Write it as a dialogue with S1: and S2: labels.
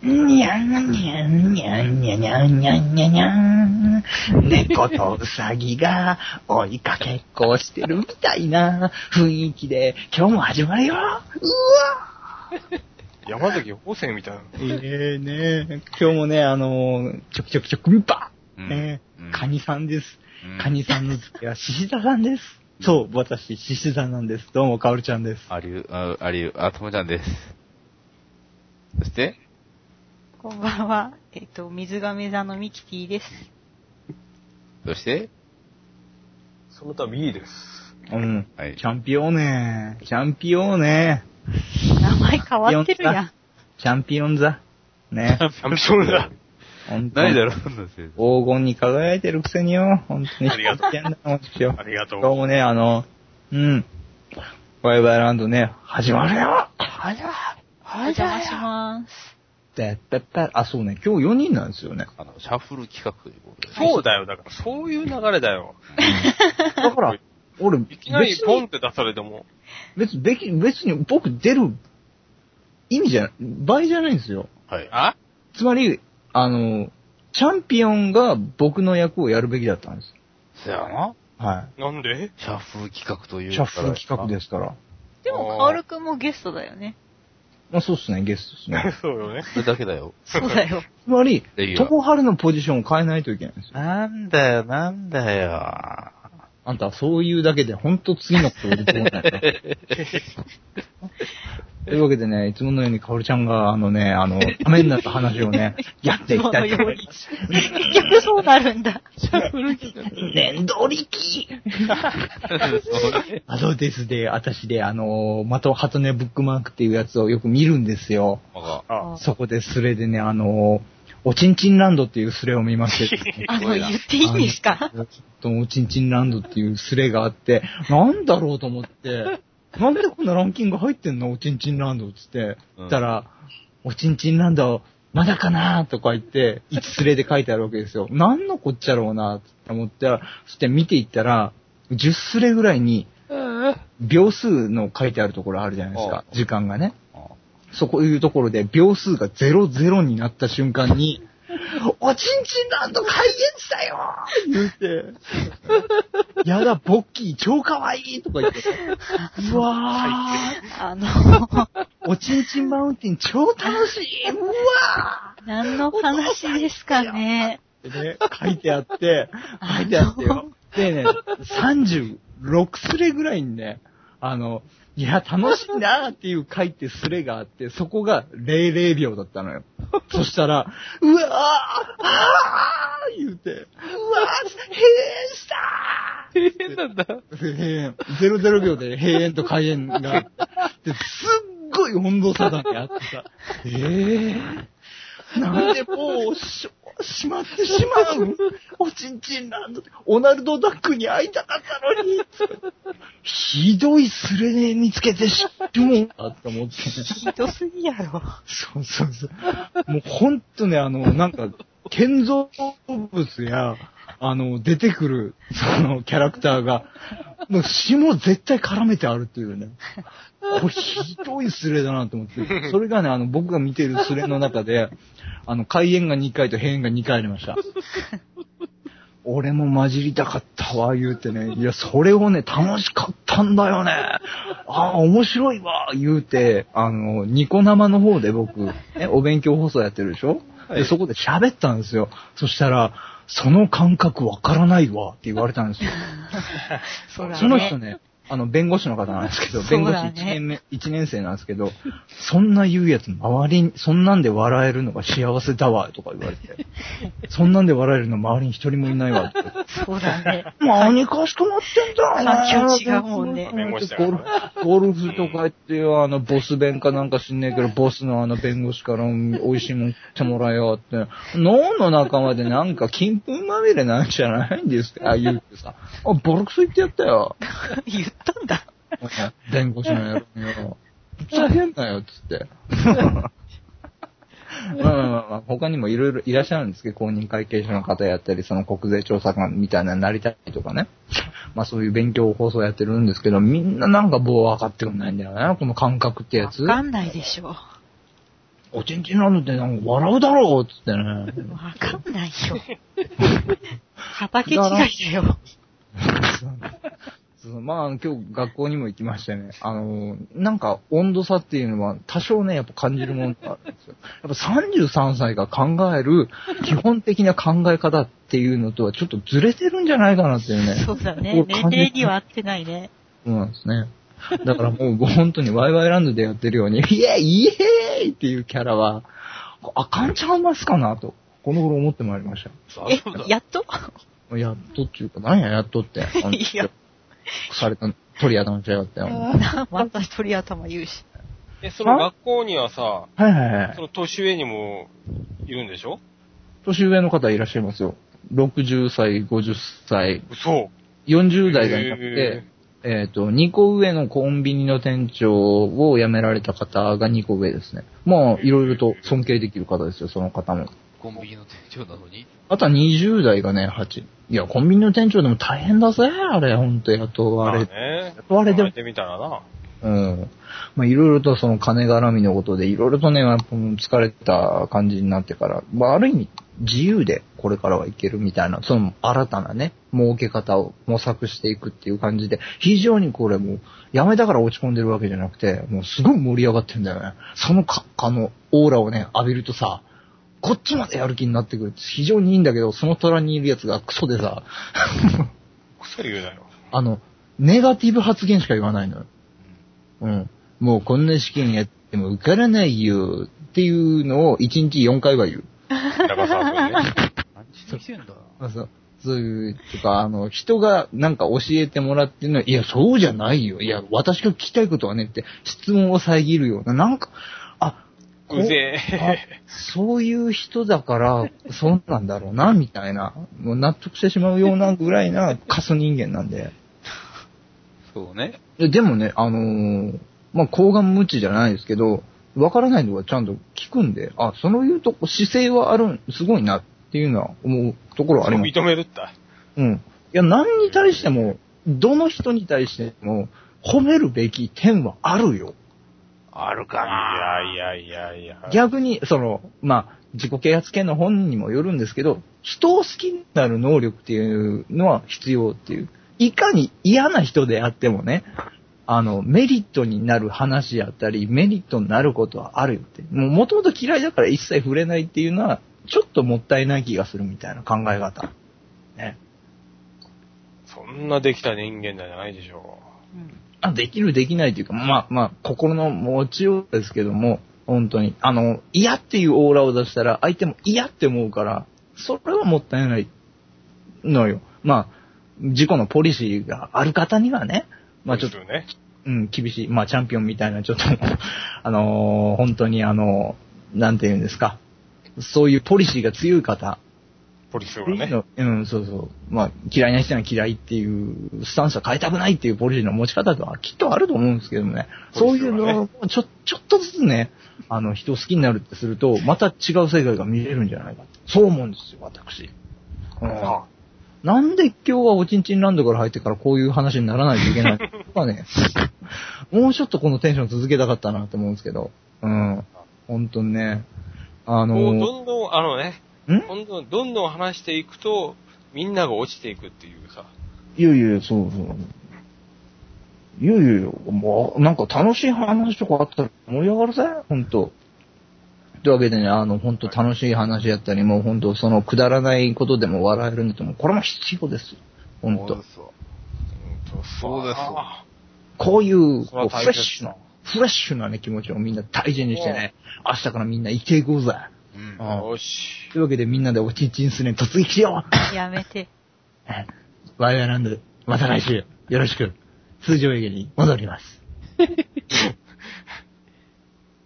S1: にゃんにゃんにゃんにゃんにゃんにゃんにゃんにゃん。猫とウサギが追いかけっこをしてるみたいな雰囲気で今日も始まるよ。うわ
S2: 山崎芳生みたいな。
S1: ええね今日もね、あのー、ちょくちょくちょく、ば
S3: うん
S1: ね
S3: うん
S1: カニさんです。
S3: うん
S1: カニさんの次は獅子座さんです。そう、私、獅子座なんです。どうも、かおるちゃんです。
S3: ありゅう、あありゅう、あ、ともちゃんです。そして、
S4: こんばんは。えっ、と、水亀座のミキティです。
S3: そして、
S2: そのためいいです。
S1: うん。
S3: はい
S1: チ。ャンピオーネチャンピオーネ
S4: 名前変わってるやん。
S1: チャンピオン座。ね。
S2: チャンピオンだ。
S1: 本当
S3: 何
S1: に
S3: だろう、そんなせい
S1: 黄金に輝いてるくせによ。本当に。
S2: ありがとう
S1: 危険なもんですよ
S2: あ。りがと
S1: どう
S2: う。
S1: もね、あの、うん。ワイワイランドね、始まるよ始まる
S4: お邪魔します。
S1: てってって、あ、そうね、今日4人なんですよね。
S3: あの、シャッフル企画ということで。
S2: そうだよ、だから、そういう流れだよ。
S1: だから、俺、
S2: いきなり
S1: 別
S2: ポン
S1: に
S2: って出されても、
S1: 別に、別に、別に僕出る意味じゃ、倍じゃないんですよ。
S3: はい。
S2: あ
S1: つまり、あの、チャンピオンが僕の役をやるべきだったんです。
S3: そやな。
S1: は
S2: なんで
S3: シャッフル企画とい
S1: い。
S3: う。
S1: シャッフル企画ですすから。
S4: でも、カオルくんもゲストだよね。
S1: まあそうっすね、ゲストっすね。
S2: そうよね。
S3: それだけだよ。
S4: そうだよ。
S1: つまり
S3: レギ、ュラー
S1: 友春のポジションを変えないといけないんですよ。
S3: なんだよ、なんだよ。
S1: あんたはそういうだけで、ほんと次のこと出てこないな。というわけでね、いつものようにかおるちゃんが、あのね、あの、ためになった話をね、やっていきたいと思います。
S4: 結局そうなるんだ。
S3: シャッフル企画。
S1: ねんどりき あのですね、私で、あの、的鳩根ブックマークっていうやつをよく見るんですよ。
S3: あ
S2: あ、
S1: そこでスレでね、あの、おちんちんランドっていうスレを見ましてですね、
S4: あの、言っていいんですか
S1: ちょっともうチンチンランドっていうスレがあって、なんだろうと思って、なんでこんなランキング入ってんのおちんちんランドっつって
S3: う、ん
S1: たら、おちんちんランド、まだかなとか言って、一スレで書いてあるわけですよ。なんのこっちゃろうなって思ったら、そして見ていったら、10スレぐらいに、秒数の書いてあるところあるじゃないですか、
S3: うん
S1: 時間がね。
S3: あ
S1: そこいうところで秒数が00になった瞬間 に、おちんちんランド開演したよ言って、やだ、ボッキー超可愛いとか言って、 うわ
S4: あ の、
S1: ー、おちんちんマウンテン超楽しいうわ
S4: 何の話ですかね。
S1: ーってね、書いてあって、書いてあってよ。でね、36スレぐらいにね、あの、いや、楽しいなーっていう書いてスレがあって、そこが00秒だったのよ。そしたら、うわーあー言うて、うわー閉園した
S3: 大変なんだ。
S1: ー閉園。00秒で閉園と開園が。で、すっごい温度差だけあってさ、えー。なんでもう、し、しまってしまうおちんちんランドで、オナルドダックに会いたかったのにひどいスレネ見つけてしもうあと思って。
S4: ひどすぎやろ。
S1: そうそうそう。もうほんとね、あの、なんか、建造物や、あの、出てくる、その、キャラクターが、もう、霜絶対絡めてあるっていうね。これ、ひどいスレだなと思って。それがね、あの、僕が見てるスレの中で、あの、開演が2回と閉園が2回ありました。俺も混じりたかったわ、言うてね。いや、それをね、楽しかったんだよね。ああ、面白いわ、言うて、あの、ニコ生の方で僕、ね、お勉強放送やってるでしょ、
S3: はい
S1: でそこで喋ったんですよ。そしたら、その感覚わからないわ、って言われたんですよ。
S4: そらね。
S1: その人ね、あの、弁護士の方なんですけど、弁護士
S4: そうだ
S1: 1
S4: ね
S1: 年目、一年生なんですけど、そんな言うやつ周りに、そんなんで笑えるのが幸せだわ、とか言われて、そんなんで笑えるの周りに一人もいないわ、って。
S4: そうだね。
S1: 何かしこまってんだ
S4: 環境違うもんね
S2: 弁護士だか
S1: ゴ
S2: ら
S1: ル
S2: ね
S1: フ、ゴルフとか言ってよ、あの、ボス弁かなんか知んねえけど、ボスのあの弁護士からうん美味しいもん食ってもらえよって。脳の中までなんか金粉まみれなんじゃないんですかあ、言うて さ。あ、ボロクソ言ってやったよ。
S4: 言ったんだ。
S1: 弁護士の野郎によ。大変だよ、つ って。まあまあまあまあ、他にもいろいろいらっしゃるんですけど、公認会計士の方やったり、その国税調査官みたいなのになりたいとか ね。まあそういう勉強放送やってるんですけど、みんななんか棒分かってくんないんだよね、この感覚ってやつ。
S4: わかんないでしょ。
S1: おちんちんなんてなんか笑うだろうっつってね。
S4: わか んないよ。畑違いだよ。
S1: そうまあ、今日学校にも行きましてね、あの、なんか温度差っていうのは多少ね、やっぱ感じるものがあるんですよ。 やっぱ33歳が考える基本的な考え方っていうのとはちょっとずれてるんじゃないかなっていうね。
S4: そうだね。年齢には合ってないね。
S1: そうなんですね。だからもう本当にワイワイランドでやってるように、イエーイイエーイっていうキャラは、あかんちゃいますかなと、この頃思ってまいりました。
S2: そう
S4: え
S2: だ、。
S4: やっと
S1: やっとっていうか、なんや、やっと って。あの
S4: いや、
S1: された、取り頭ちゃいよって。はい
S4: また一人頭言うし。
S2: え、その学校にはさ、
S1: はいは
S2: そ
S1: い。
S2: の年上にもいるんでしょ
S1: 年上の方いらっしゃいますよ。60歳、50歳、
S2: 嘘。
S1: 40代がいなく
S2: へ
S1: て、えっ、と、2個上のコンビニの店長を辞められた方が2個上ですね。まあ、いろいろと尊敬できる方ですよ、その方も。
S3: コンビニの店長なのに。
S1: あとは20代がね、8。いや、コンビニの店長でも大変だぜ、あれ、ほんと、雇
S2: ま
S1: わ
S2: あ
S1: れて。
S2: ね。
S1: あれで
S2: 考
S1: も
S2: えてみたらな。
S1: うん。まあ、いろいろとその金絡みのことで、いろいろとね、やっぱもう疲れた感じになってから、まあ、ある意味、自由でこれからはいけるみたいな、その新たなね、儲け方を模索していくっていう感じで、非常にこれもう、やめたから落ち込んでるわけじゃなくて、もうすごい盛り上がってんだよね。そのか、あの、オーラをね、浴びるとさ、こっちまでやる気になってくる。非常にいいんだけど、その虎にいるやつがクソでさ、
S2: クソ言うなよ。
S1: あの、ネガティブ発言しか言わないのよ。うん。もうこんな試験やっても受からないよっていうのを1日4回は言う。
S2: 長沢君ね。
S3: 何してきてんだ。
S1: あそうそういう、とか、あの、人がなんか教えてもらってるのは、いや、そうじゃないよ。いや、私が聞きたいことはねって質問を遮るような、なんか、あ、こ
S2: うぜえ。
S1: あそういう人だから、そうなんだろうな、みたいな、もう納得してしまうようなぐらいなカス人間なんで。
S3: そうね。
S1: ででもね、あのーまあ、抗顔無知じゃないですけど、わからないのはちゃんと聞くんで、あ、そのいうとこ、姿勢はあるん、すごいなっていうのは思うところはあります。
S2: 認めるった。
S1: うん。いや、何に対しても、どの人に対しても、褒めるべき点はあるよ。
S3: あるかない
S2: やいやいやいや。
S1: 逆に、その、まあ、自己啓発系の本にもよるんですけど、人を好きになる能力っていうのは必要っていう。いかに嫌な人であってもね、あの、メリットになる話やったり、メリットになることはあるよって。もう元々嫌いだから一切触れないっていうのは、ちょっともったいない気がするみたいな考え方。ね。
S2: そんなできた人間じゃないでしょ
S4: うん
S1: あできるできないというか、まあまあ、心の持ちようですけども、本当に。あの、嫌っていうオーラを出したら、相手も嫌って思うから、それはもったいないのよ。まあ、自己のポリシーがある方にはね、
S2: う。
S1: まあちょっと、
S2: とね。
S1: うん、厳しい。まあ、チャンピオンみたいな、ちょっと、 あのー本当にあのーなんて言うんですか。そういうポリシーが強い方
S2: ポリスが
S1: っていう
S2: ね。
S1: の、うん、そうそう。まあ、嫌いな人には嫌いっていう、スタンスは変えたくないっていうポリシーの持ち方とはきっとあると思うんですけどもね。そういうのをちょ、ちょっとずつね、あの、人を好きになるってすると、また違う世界が見れるんじゃないかってそう思うんですよ、私。うん
S2: あ
S1: なんで今日はおちんちんランドから入ってからこういう話にならないといけないのか ね。もうちょっとこのテンション続けたかったなと思うんですけど。うん。本当にね。あの
S2: もうどんどん、あのね、
S1: ん
S2: どんどん、どんどん話していくと、みんなが落ちていくっていうさ。
S1: いやいや、そうそう。いやいやいや、もう、なんか楽しい話とかあったら盛り上がるぜ、ほんと。というわけでね、あの、ほんと楽しい話やったり、もうほんとそのくだらないことでも笑えるんだともうこれも必要ですよ。ほんと。
S3: そう
S2: そ
S3: そうう
S2: で
S3: ですす
S1: こういう、
S2: それは
S1: こうフ
S2: 大切
S1: レッシュな、フレッシュなね、気持ちをみんな大事にしてね、明日からみんな生きていこうぜ。
S3: そう。うん。
S1: あ
S2: よし。
S1: というわけでみんなでおちんちんすね突撃しよう
S4: やめて。
S1: ワイワイランド、また来週、よろしく、通常営業に戻ります。